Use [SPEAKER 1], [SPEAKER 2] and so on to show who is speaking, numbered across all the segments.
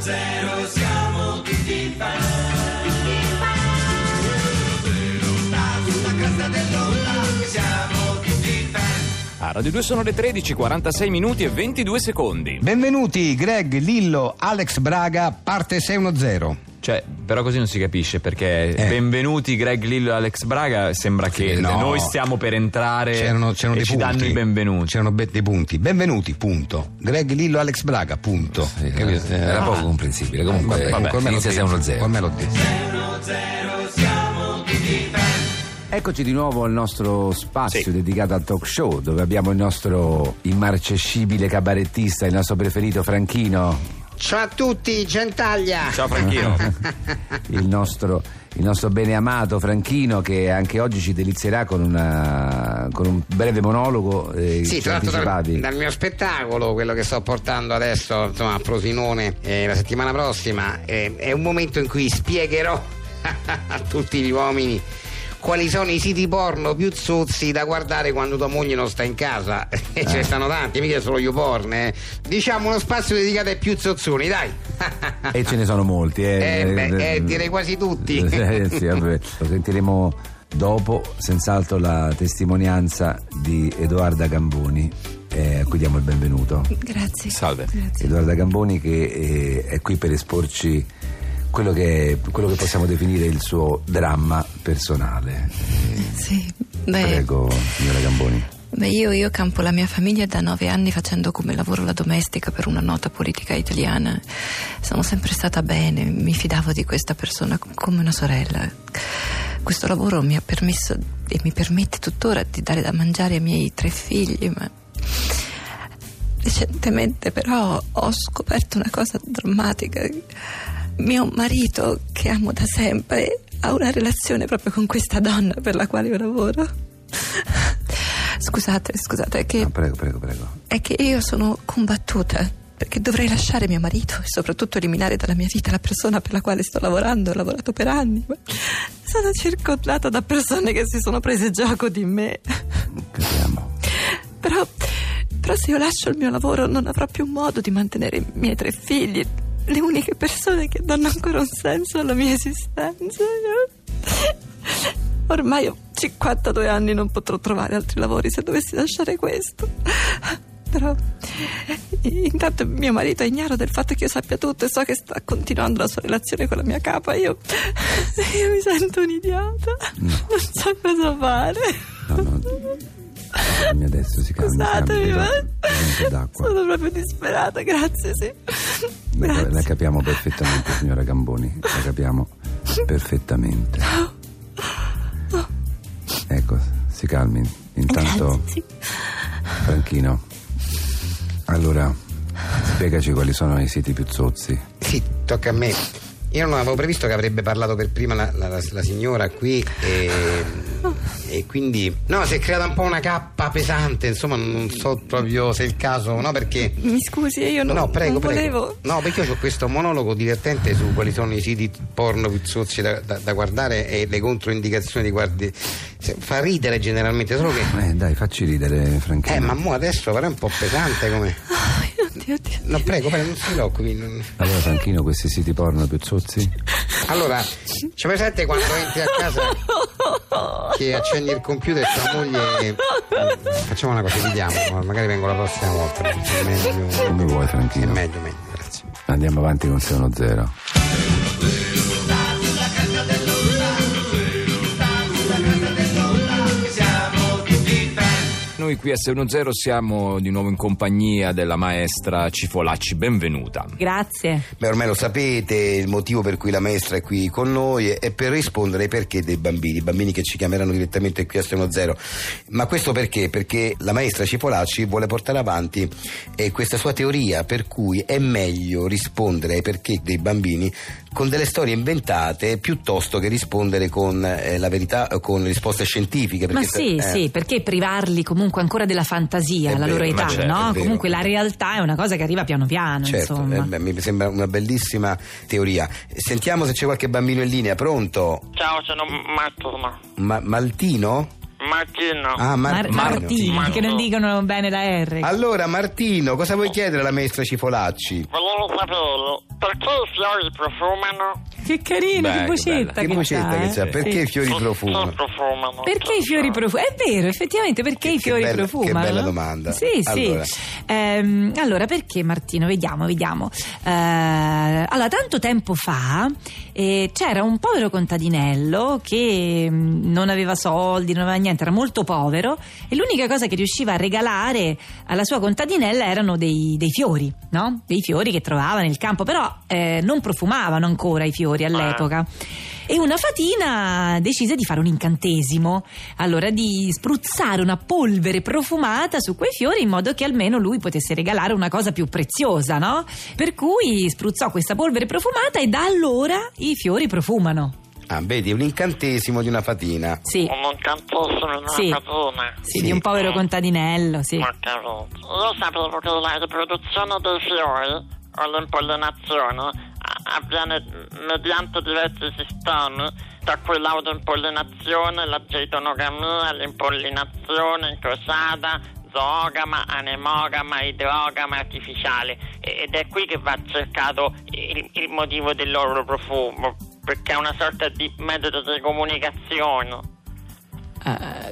[SPEAKER 1] zero siamo tutti fan. Zero zero, sulla cresta dell'onda, siamo tutti fan.
[SPEAKER 2] A Radio 2 sono le 13, 46 minuti e 22 secondi.
[SPEAKER 3] Benvenuti Greg, Lillo, Alex Braga, parte 610.
[SPEAKER 4] Cioè, però così non si capisce perché
[SPEAKER 3] Eh.
[SPEAKER 4] benvenuti Greg Lillo e Alex Braga, sembra che
[SPEAKER 3] no.
[SPEAKER 4] noi stiamo per
[SPEAKER 5] Eh,
[SPEAKER 4] entrare
[SPEAKER 3] C'erano, c'erano
[SPEAKER 4] e
[SPEAKER 3] dei
[SPEAKER 4] ci
[SPEAKER 3] punti.
[SPEAKER 4] danno i benvenuti.
[SPEAKER 3] C'erano be- dei punti. Benvenuti, punto. Greg Lillo, Alex Braga, punto. Ah.
[SPEAKER 5] Sì, capito? Era poco comprensibile. Comunque, inizia 6 1 0.
[SPEAKER 3] Come l'ho detto.
[SPEAKER 5] Eccoci di nuovo al nostro spazio dedicato al talk show dove abbiamo il nostro immarcescibile cabarettista, il nostro preferito Franchino,
[SPEAKER 6] Ciao a tutti, Gentaglia.
[SPEAKER 2] Ciao Franchino.
[SPEAKER 5] il nostro, il nostro beneamato Franchino che anche oggi ci delizierà con, una- con un breve monologo. eh,
[SPEAKER 6] Sì,
[SPEAKER 5] ci
[SPEAKER 6] tra l'altro dal,
[SPEAKER 5] anticipavi.
[SPEAKER 6] dal mio spettacolo, quello che sto portando adesso insomma, a Frosinone eh, la settimana prossima, eh, è un momento in cui spiegherò a tutti gli uomini quali sono i siti porno più zozzi da guardare quando tua moglie non sta in casa. E
[SPEAKER 5] Eh.
[SPEAKER 6] ce ne stanno tanti, mica solo YouPorn. Eh. Diciamo uno spazio dedicato ai più zozzoni, dai.
[SPEAKER 5] E ce ne sono molti, eh.
[SPEAKER 6] Eh, beh, eh, direi quasi tutti.
[SPEAKER 5] Eh, sì, vabbè. Lo sentiremo dopo, senz'altro, la testimonianza di Edoarda Gamboni, eh, a cui diamo il benvenuto.
[SPEAKER 7] Grazie.
[SPEAKER 2] Salve.
[SPEAKER 7] Grazie.
[SPEAKER 5] Edoarda Gamboni che eh, è qui per esporci quello che, quello che possiamo definire il suo dramma personale.
[SPEAKER 7] Sì. Beh,
[SPEAKER 5] Prego, signora Gamboni.
[SPEAKER 7] beh, io, io campo la mia famiglia da nove anni facendo come lavoro la domestica per una nota politica italiana. Sono sempre stata bene, mi fidavo di questa persona com- come una sorella. Questo lavoro mi ha permesso e mi permette tuttora di dare da mangiare ai miei tre figli, ma Recentemente però ho scoperto una cosa drammatica. Mio marito, che amo da sempre, ha una relazione proprio con questa donna per la quale io lavoro. Scusate, scusate, è che,
[SPEAKER 5] No, prego, prego, prego.
[SPEAKER 7] è che io sono combattuta perché dovrei lasciare mio marito e soprattutto eliminare dalla mia vita la persona per la quale sto lavorando, ho lavorato per anni. ma sono circondata da persone che si sono prese gioco di me.
[SPEAKER 5] Capiamo.
[SPEAKER 7] Però, però se io lascio il mio lavoro non avrò più modo di mantenere i miei tre figli, le uniche persone che danno ancora un senso alla mia esistenza. Ormai ho 52 anni, non potrò trovare altri lavori se dovessi lasciare questo. Però intanto mio marito è ignaro del fatto che io sappia tutto e so che sta continuando la sua relazione con la mia capa. Io, io mi sento un idiota. Non so cosa fare.
[SPEAKER 5] No, Ah, no. Calmi adesso, si calmi.
[SPEAKER 7] Scusatemi,
[SPEAKER 5] calmi,
[SPEAKER 7] ma
[SPEAKER 5] Bedotta, d'acqua.
[SPEAKER 7] sono proprio disperata, grazie, sì.
[SPEAKER 5] La-
[SPEAKER 7] Grazie.
[SPEAKER 5] La capiamo perfettamente, signora Gamboni, la capiamo perfettamente. Ecco, si calmi. Intanto,
[SPEAKER 7] Grazie,
[SPEAKER 5] Franchino, allora spiegaci quali sono i siti più zozzi.
[SPEAKER 6] Sì, tocca a me. Io non avevo previsto che avrebbe parlato per prima la, la- la- la signora qui e, e quindi... No, si è creata un po' una cappa pesante, insomma non so proprio se è il caso, no perché...
[SPEAKER 7] sì. Mi scusi, eh, io non,
[SPEAKER 6] No, prego,
[SPEAKER 7] non
[SPEAKER 6] prego.
[SPEAKER 7] volevo.
[SPEAKER 6] No, perché io ho questo monologo divertente su quali sono i siti porno più zozzi da, da- da guardare e le controindicazioni di guardi. se- Fa ridere generalmente, solo che...
[SPEAKER 5] Eh, dai, facci ridere, Franchino.
[SPEAKER 6] Eh, ma mo adesso però è un po' pesante come...
[SPEAKER 7] Oddio, oddio.
[SPEAKER 6] No, prego, prego, non si preoccupi. non-
[SPEAKER 5] Allora, Franchino, questi siti porno più zozzi?
[SPEAKER 6] Allora, c'è presente quando entri a casa che accendi il computer e tua moglie. Facciamo una cosa, vediamo, ma magari vengo la prossima volta. È meglio.
[SPEAKER 5] Come vuoi,
[SPEAKER 6] È
[SPEAKER 5] Franchino.
[SPEAKER 6] meglio, meglio, grazie.
[SPEAKER 5] Andiamo avanti con 6 1 0.
[SPEAKER 2] Noi qui a 610 siamo di nuovo in compagnia della maestra Cifolacci. Benvenuta.
[SPEAKER 8] Grazie.
[SPEAKER 9] Beh, ormai lo sapete, il motivo per cui la maestra è qui con noi è per rispondere ai perché dei bambini, i bambini che ci chiameranno direttamente qui a Steno Zero. Ma questo perché? Perché la maestra Cipolacci vuole portare avanti eh, questa sua teoria per cui è meglio rispondere ai perché dei bambini con delle storie inventate piuttosto che rispondere con eh, la verità, eh, con risposte scientifiche.
[SPEAKER 8] Ma
[SPEAKER 9] perché se-
[SPEAKER 8] sì,
[SPEAKER 9] eh.
[SPEAKER 8] sì, perché privarli comunque ancora della fantasia
[SPEAKER 9] È
[SPEAKER 8] alla
[SPEAKER 9] vero,
[SPEAKER 8] loro
[SPEAKER 9] ma
[SPEAKER 8] età,
[SPEAKER 9] certo, è
[SPEAKER 8] no?
[SPEAKER 9] vero.
[SPEAKER 8] Comunque la realtà è una cosa che arriva piano piano,
[SPEAKER 9] Certo,
[SPEAKER 8] insomma.
[SPEAKER 9] eh, beh, mi sembra una bellissima teoria. Sentiamo se c'è qualche bambino in linea, pronto?
[SPEAKER 10] Ciao, sono Marco. ma-
[SPEAKER 9] Ma- Maltino?
[SPEAKER 10] Martino.
[SPEAKER 9] Ah, Mar-
[SPEAKER 8] Mar- Ecco. Martini,
[SPEAKER 10] Martino.
[SPEAKER 8] che non dicono bene la R.
[SPEAKER 9] Allora Martino, cosa vuoi chiedere alla maestra Cifolacci?
[SPEAKER 10] Volevo saperlo, perché i fiori profumano?
[SPEAKER 8] Che carino,
[SPEAKER 2] Beh,
[SPEAKER 8] che
[SPEAKER 2] che
[SPEAKER 8] vocetta
[SPEAKER 2] bella.
[SPEAKER 8] che,
[SPEAKER 9] Che
[SPEAKER 8] c'ha,
[SPEAKER 9] vocetta che
[SPEAKER 8] eh.
[SPEAKER 9] c'è? Perché i fiori
[SPEAKER 10] Perché
[SPEAKER 9] profumano?
[SPEAKER 10] profumano?
[SPEAKER 8] Perché i fiori profumano? È vero, effettivamente, perché i fiori
[SPEAKER 9] bella- che
[SPEAKER 8] profumano?
[SPEAKER 9] bella domanda.
[SPEAKER 8] Sì,
[SPEAKER 9] Allora.
[SPEAKER 8] sì. Ehm, allora, perché Martino? Vediamo, vediamo. Eh, allora, tanto tempo fa eh, c'era un povero contadinello che mm, non aveva soldi, non aveva niente, era molto povero e l'unica cosa che riusciva a regalare alla sua contadinella erano dei, dei fiori, no? Dei fiori che trovava nel campo, però eh, non profumavano ancora i fiori all'epoca. E una fatina decise di fare un incantesimo, allora di spruzzare una polvere profumata su quei fiori in modo che almeno lui potesse regalare una cosa più preziosa, no? Per cui spruzzò questa polvere profumata e da allora i fiori profumano.
[SPEAKER 9] Ah, vedi, è un incantesimo di una fatina.
[SPEAKER 8] Sì,
[SPEAKER 10] Un incantesimo in una
[SPEAKER 8] Sì.
[SPEAKER 10] padrona.
[SPEAKER 8] sì, di un povero contadinello, sì.
[SPEAKER 10] Ma cavolo. Io sapevo che la riproduzione dei fiori o l'impollinazione a- avviene mediante diversi sistemi, tra cui l'autoimpollinazione, la geitonogamia, l'impollinazione incrociata, zoogama, anemogama, idrogama artificiale. E- Ed è qui che va cercato il, il motivo del loro profumo, perché è una sorta di metodo di comunicazione.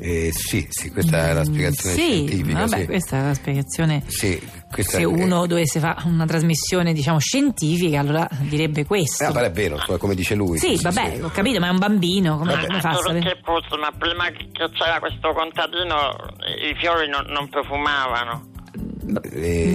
[SPEAKER 9] Eh, sì, sì, questa è la spiegazione
[SPEAKER 8] sì,
[SPEAKER 9] scientifica.
[SPEAKER 8] vabbè,
[SPEAKER 9] sì.
[SPEAKER 8] questa è la spiegazione.
[SPEAKER 9] Sì, questa
[SPEAKER 8] Se
[SPEAKER 9] è-
[SPEAKER 8] uno dovesse fare una trasmissione, diciamo, scientifica, allora direbbe questo.
[SPEAKER 9] Ah, però è vero, so- come dice lui.
[SPEAKER 8] Sì, vabbè, ho capito, ma è un bambino, come, come fa a
[SPEAKER 10] Solo
[SPEAKER 8] sapere?
[SPEAKER 10] che puzza, ma prima che c'era questo contadino i fiori non, non profumavano.
[SPEAKER 9] Eh,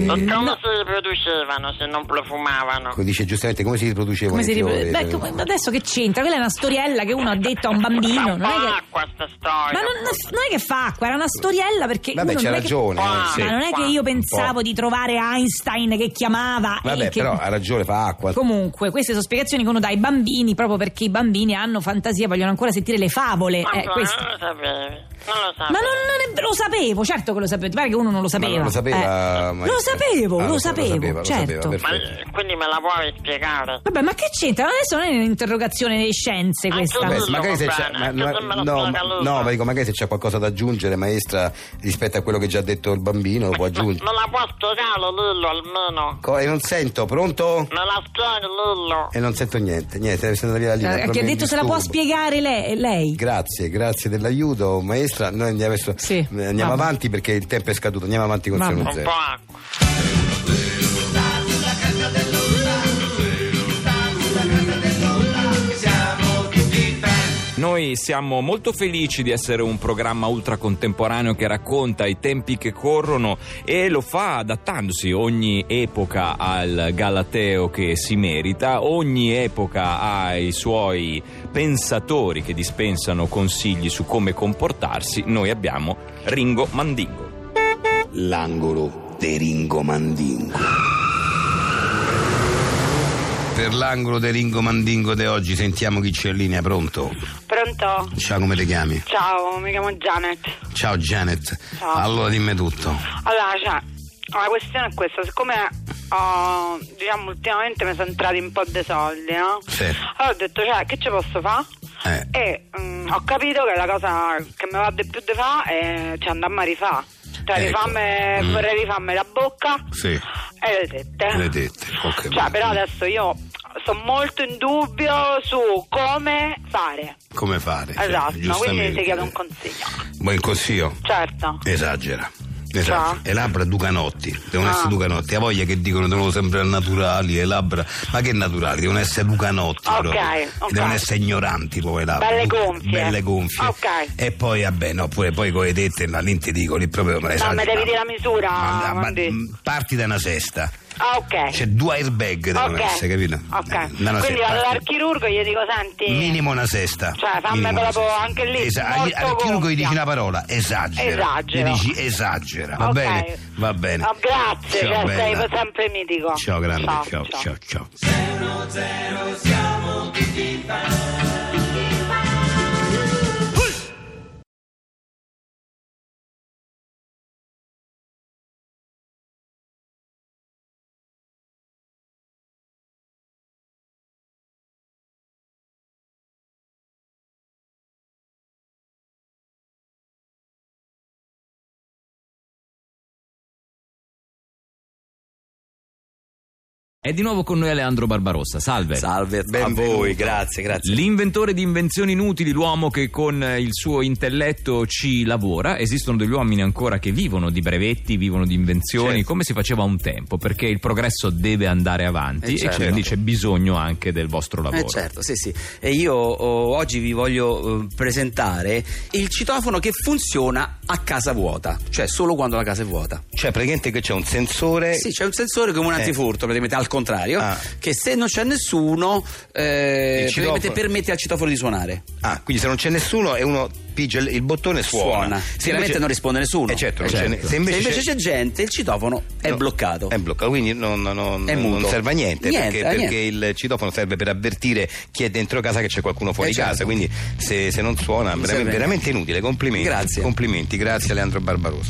[SPEAKER 8] Mm.
[SPEAKER 10] Ma come si riproducevano se non profumavano?
[SPEAKER 9] come dice giustamente, come si riproducevano
[SPEAKER 8] Come si
[SPEAKER 9] i
[SPEAKER 8] ripro-
[SPEAKER 9] fiori?
[SPEAKER 8] Beh, come- ma adesso che c'entra? Quella è una storiella che uno ha detto a un bambino. Non è
[SPEAKER 10] Ma
[SPEAKER 8] che...
[SPEAKER 10] questa storia.
[SPEAKER 8] Ma non, non è che fa acqua, era una storiella perché.
[SPEAKER 9] Vabbè,
[SPEAKER 8] uno
[SPEAKER 9] c'ha
[SPEAKER 8] non è
[SPEAKER 9] ragione.
[SPEAKER 10] Ah,
[SPEAKER 9] eh,
[SPEAKER 8] Che...
[SPEAKER 9] sì.
[SPEAKER 8] Ma non è che io pensavo di trovare Einstein che chiamava. e
[SPEAKER 9] Vabbè,
[SPEAKER 8] che-
[SPEAKER 9] però ha ragione, fa acqua.
[SPEAKER 8] Comunque, queste sono spiegazioni che uno dà ai bambini proprio perché i bambini hanno fantasia, vogliono ancora sentire le favole.
[SPEAKER 10] Ma
[SPEAKER 8] eh,
[SPEAKER 10] non
[SPEAKER 8] questo.
[SPEAKER 10] lo sapevi. Non lo sapevi.
[SPEAKER 8] Ma non, non è- lo sapevo, certo che lo sapevo. Ti pare che uno non lo
[SPEAKER 9] Ma
[SPEAKER 8] sapeva?
[SPEAKER 9] non lo sapeva.
[SPEAKER 8] Eh,
[SPEAKER 9] ma-
[SPEAKER 8] Lo sapevo,
[SPEAKER 9] Ah,
[SPEAKER 8] lo
[SPEAKER 9] sa-
[SPEAKER 8] sapevo,
[SPEAKER 9] lo
[SPEAKER 8] certo.
[SPEAKER 9] sapeva,
[SPEAKER 10] Ma-
[SPEAKER 9] perfetto.
[SPEAKER 10] quindi me la puoi spiegare?
[SPEAKER 8] Vabbè, ma che c'entra? Ma Adesso non è un'interrogazione di scienze questa.
[SPEAKER 10] Anche
[SPEAKER 9] Eh Beh,
[SPEAKER 10] Tutto
[SPEAKER 9] se magari se
[SPEAKER 10] va
[SPEAKER 9] c'è,
[SPEAKER 10] bene,
[SPEAKER 9] ma-
[SPEAKER 10] anche
[SPEAKER 9] ma-
[SPEAKER 10] se me lo
[SPEAKER 9] no,
[SPEAKER 10] paga
[SPEAKER 9] ma-
[SPEAKER 10] lui.
[SPEAKER 9] no, ma dico, magari se c'è qualcosa da aggiungere, maestra, rispetto a quello che già ha detto il bambino, lo può aggiungere.
[SPEAKER 10] Me la puoi spiegare, Lillo, almeno?
[SPEAKER 9] Co- e non sento, pronto?
[SPEAKER 10] Me la spieghi, Lillo?
[SPEAKER 9] E non sento niente, niente, è stata via la linea,
[SPEAKER 8] Eh, che
[SPEAKER 9] proprio
[SPEAKER 8] ha
[SPEAKER 9] un
[SPEAKER 8] detto se la può
[SPEAKER 9] disturbo.
[SPEAKER 8] spiegare lei. lei.
[SPEAKER 9] Grazie, grazie dell'aiuto, maestra. Noi andiamo, adesso-
[SPEAKER 8] Sì,
[SPEAKER 9] eh, andiamo
[SPEAKER 8] vabbè.
[SPEAKER 9] avanti perché il tempo è scaduto. Andiamo avanti con
[SPEAKER 8] Vabbè.
[SPEAKER 9] Seno
[SPEAKER 10] Un
[SPEAKER 9] Zero.
[SPEAKER 10] po' acqua.
[SPEAKER 2] Noi siamo molto felici di essere un programma ultracontemporaneo che racconta i tempi che corrono e lo fa adattandosi ogni epoca al galateo che si merita, ogni epoca ha i suoi pensatori che dispensano consigli su come comportarsi. Noi abbiamo Ringo Mandingo.
[SPEAKER 1] L'angolo dei Ringomandingo.
[SPEAKER 9] Per l'angolo del Ringo Mandingo di oggi sentiamo chi c'è in linea, pronto?
[SPEAKER 11] Pronto?
[SPEAKER 9] Ciao, come ti chiami?
[SPEAKER 11] Ciao, mi chiamo Janet.
[SPEAKER 9] Ciao Janet.
[SPEAKER 11] Ciao.
[SPEAKER 9] Allora dimmi tutto.
[SPEAKER 11] Allora, cioè, la questione è questa, siccome ho, diciamo, ultimamente mi sono entrati un po' di soldi, no?
[SPEAKER 9] Sì.
[SPEAKER 11] Allora ho detto, cioè, che ci posso fare?
[SPEAKER 9] Eh.
[SPEAKER 11] E mm, ho capito che la cosa che mi va di più di fa è cioè, andarmi a rifà. Cioè,
[SPEAKER 9] Ecco.
[SPEAKER 11] rifamme-
[SPEAKER 9] Mm.
[SPEAKER 11] vorrei rifarmi la bocca
[SPEAKER 9] Sì.
[SPEAKER 11] e le tette.
[SPEAKER 9] Le tette, ok. Mm.
[SPEAKER 11] Cioè, però adesso io sono molto in dubbio su come fare.
[SPEAKER 9] Come fare? Sì,
[SPEAKER 11] Esatto, quindi
[SPEAKER 9] Eh, giustamente.
[SPEAKER 11] ti chiedo un consiglio.
[SPEAKER 9] Buon consiglio.
[SPEAKER 11] Certo.
[SPEAKER 9] Esagera. Esagera. E labbra Ducanotti, devono
[SPEAKER 11] Ah.
[SPEAKER 9] essere Ducanotti. A voglia che dicono devono sembrare naturali, le labbra. Ma che naturali? Devono essere Ducanotti
[SPEAKER 11] Ok,
[SPEAKER 9] proprio.
[SPEAKER 11] ok.
[SPEAKER 9] Devono essere ignoranti poi le labbra.
[SPEAKER 11] Belle
[SPEAKER 9] Du-
[SPEAKER 11] gonfie.
[SPEAKER 9] Belle gonfie.
[SPEAKER 11] Ok.
[SPEAKER 9] E poi vabbè, no, pure poi con le tette, no, lì ti dico, lì proprio me le
[SPEAKER 11] No, mi
[SPEAKER 9] esagera.
[SPEAKER 11] devi dire la Ah, misura.
[SPEAKER 9] Esatto. Ma- mm, ma-
[SPEAKER 11] Mondi.
[SPEAKER 9] mh, parti da una sesta.
[SPEAKER 11] Ah, ok.
[SPEAKER 9] C'è due airbag devono
[SPEAKER 11] Ok.
[SPEAKER 9] essere, capito?
[SPEAKER 11] Ok.
[SPEAKER 9] Eh, da una
[SPEAKER 11] Quindi
[SPEAKER 9] sesta
[SPEAKER 11] vado
[SPEAKER 9] parti.
[SPEAKER 11] dal chirurgo e gli dico, senti...
[SPEAKER 9] Minimo una sesta.
[SPEAKER 11] Cioè, fammi
[SPEAKER 9] Minimo una
[SPEAKER 11] proprio
[SPEAKER 9] sesta.
[SPEAKER 11] anche lì,
[SPEAKER 9] Esatto.
[SPEAKER 11] molto
[SPEAKER 9] Al chirurgo gli
[SPEAKER 11] gonfia.
[SPEAKER 9] dici una parola, esagera.
[SPEAKER 11] Esagero.
[SPEAKER 9] Gli dici esagera. Va
[SPEAKER 11] Ok.
[SPEAKER 9] bene, va bene.
[SPEAKER 11] Oh, grazie,
[SPEAKER 9] Ciao,
[SPEAKER 11] cioè, sei
[SPEAKER 9] bella.
[SPEAKER 11] sempre mitico.
[SPEAKER 9] Ciao, grande.
[SPEAKER 11] Ciao,
[SPEAKER 9] Ciao,
[SPEAKER 11] ciao.
[SPEAKER 9] ciao, ciao.
[SPEAKER 2] È di nuovo con noi Aleandro Barbarossa, salve.
[SPEAKER 9] Salve a voi, grazie, grazie.
[SPEAKER 2] L'inventore di invenzioni inutili, l'uomo che con eh, il suo intelletto ci lavora. Esistono degli uomini ancora che vivono di brevetti, vivono di invenzioni,
[SPEAKER 9] Certo.
[SPEAKER 2] come si faceva un tempo, perché il progresso deve andare avanti
[SPEAKER 9] Eh,
[SPEAKER 2] e,
[SPEAKER 9] certo.
[SPEAKER 2] quindi c'è bisogno anche del vostro lavoro.
[SPEAKER 9] Eh, certo, sì, sì. E io oh, oggi vi voglio eh, presentare il citofono che funziona a casa vuota, cioè solo quando la casa è vuota.
[SPEAKER 5] Cioè, praticamente che c'è un sensore.
[SPEAKER 9] Sì, c'è un sensore come un
[SPEAKER 5] Eh.
[SPEAKER 9] antifurto, praticamente al contrario,
[SPEAKER 5] Ah.
[SPEAKER 9] che se non c'è nessuno, eh,
[SPEAKER 5] Il citofono.
[SPEAKER 9] praticamente permette al citofono di suonare.
[SPEAKER 5] Ah, quindi se non c'è nessuno e uno pigia il, il bottone suona.
[SPEAKER 9] Suona.
[SPEAKER 5] Se
[SPEAKER 9] Chiaramente
[SPEAKER 5] invece-
[SPEAKER 9] non risponde nessuno.
[SPEAKER 5] Eh, certo, non
[SPEAKER 9] Certo.
[SPEAKER 5] c'è ne-
[SPEAKER 9] Se invece c'è gente, il citofono è
[SPEAKER 5] No,
[SPEAKER 9] bloccato.
[SPEAKER 5] È bloccato, quindi non, non- non-
[SPEAKER 9] È
[SPEAKER 5] non
[SPEAKER 9] muto.
[SPEAKER 5] serve a niente,
[SPEAKER 9] Niente,
[SPEAKER 5] perché,
[SPEAKER 9] a
[SPEAKER 5] perché
[SPEAKER 9] niente.
[SPEAKER 5] il citofono serve per avvertire chi è dentro casa che c'è qualcuno fuori
[SPEAKER 9] Eh, certo.
[SPEAKER 5] casa, quindi se, se non suona
[SPEAKER 9] Non
[SPEAKER 5] veramente,
[SPEAKER 9] serve a niente.
[SPEAKER 5] veramente inutile. Complimenti.
[SPEAKER 9] Grazie.
[SPEAKER 5] Complimenti, grazie a Leandro Barbarossa.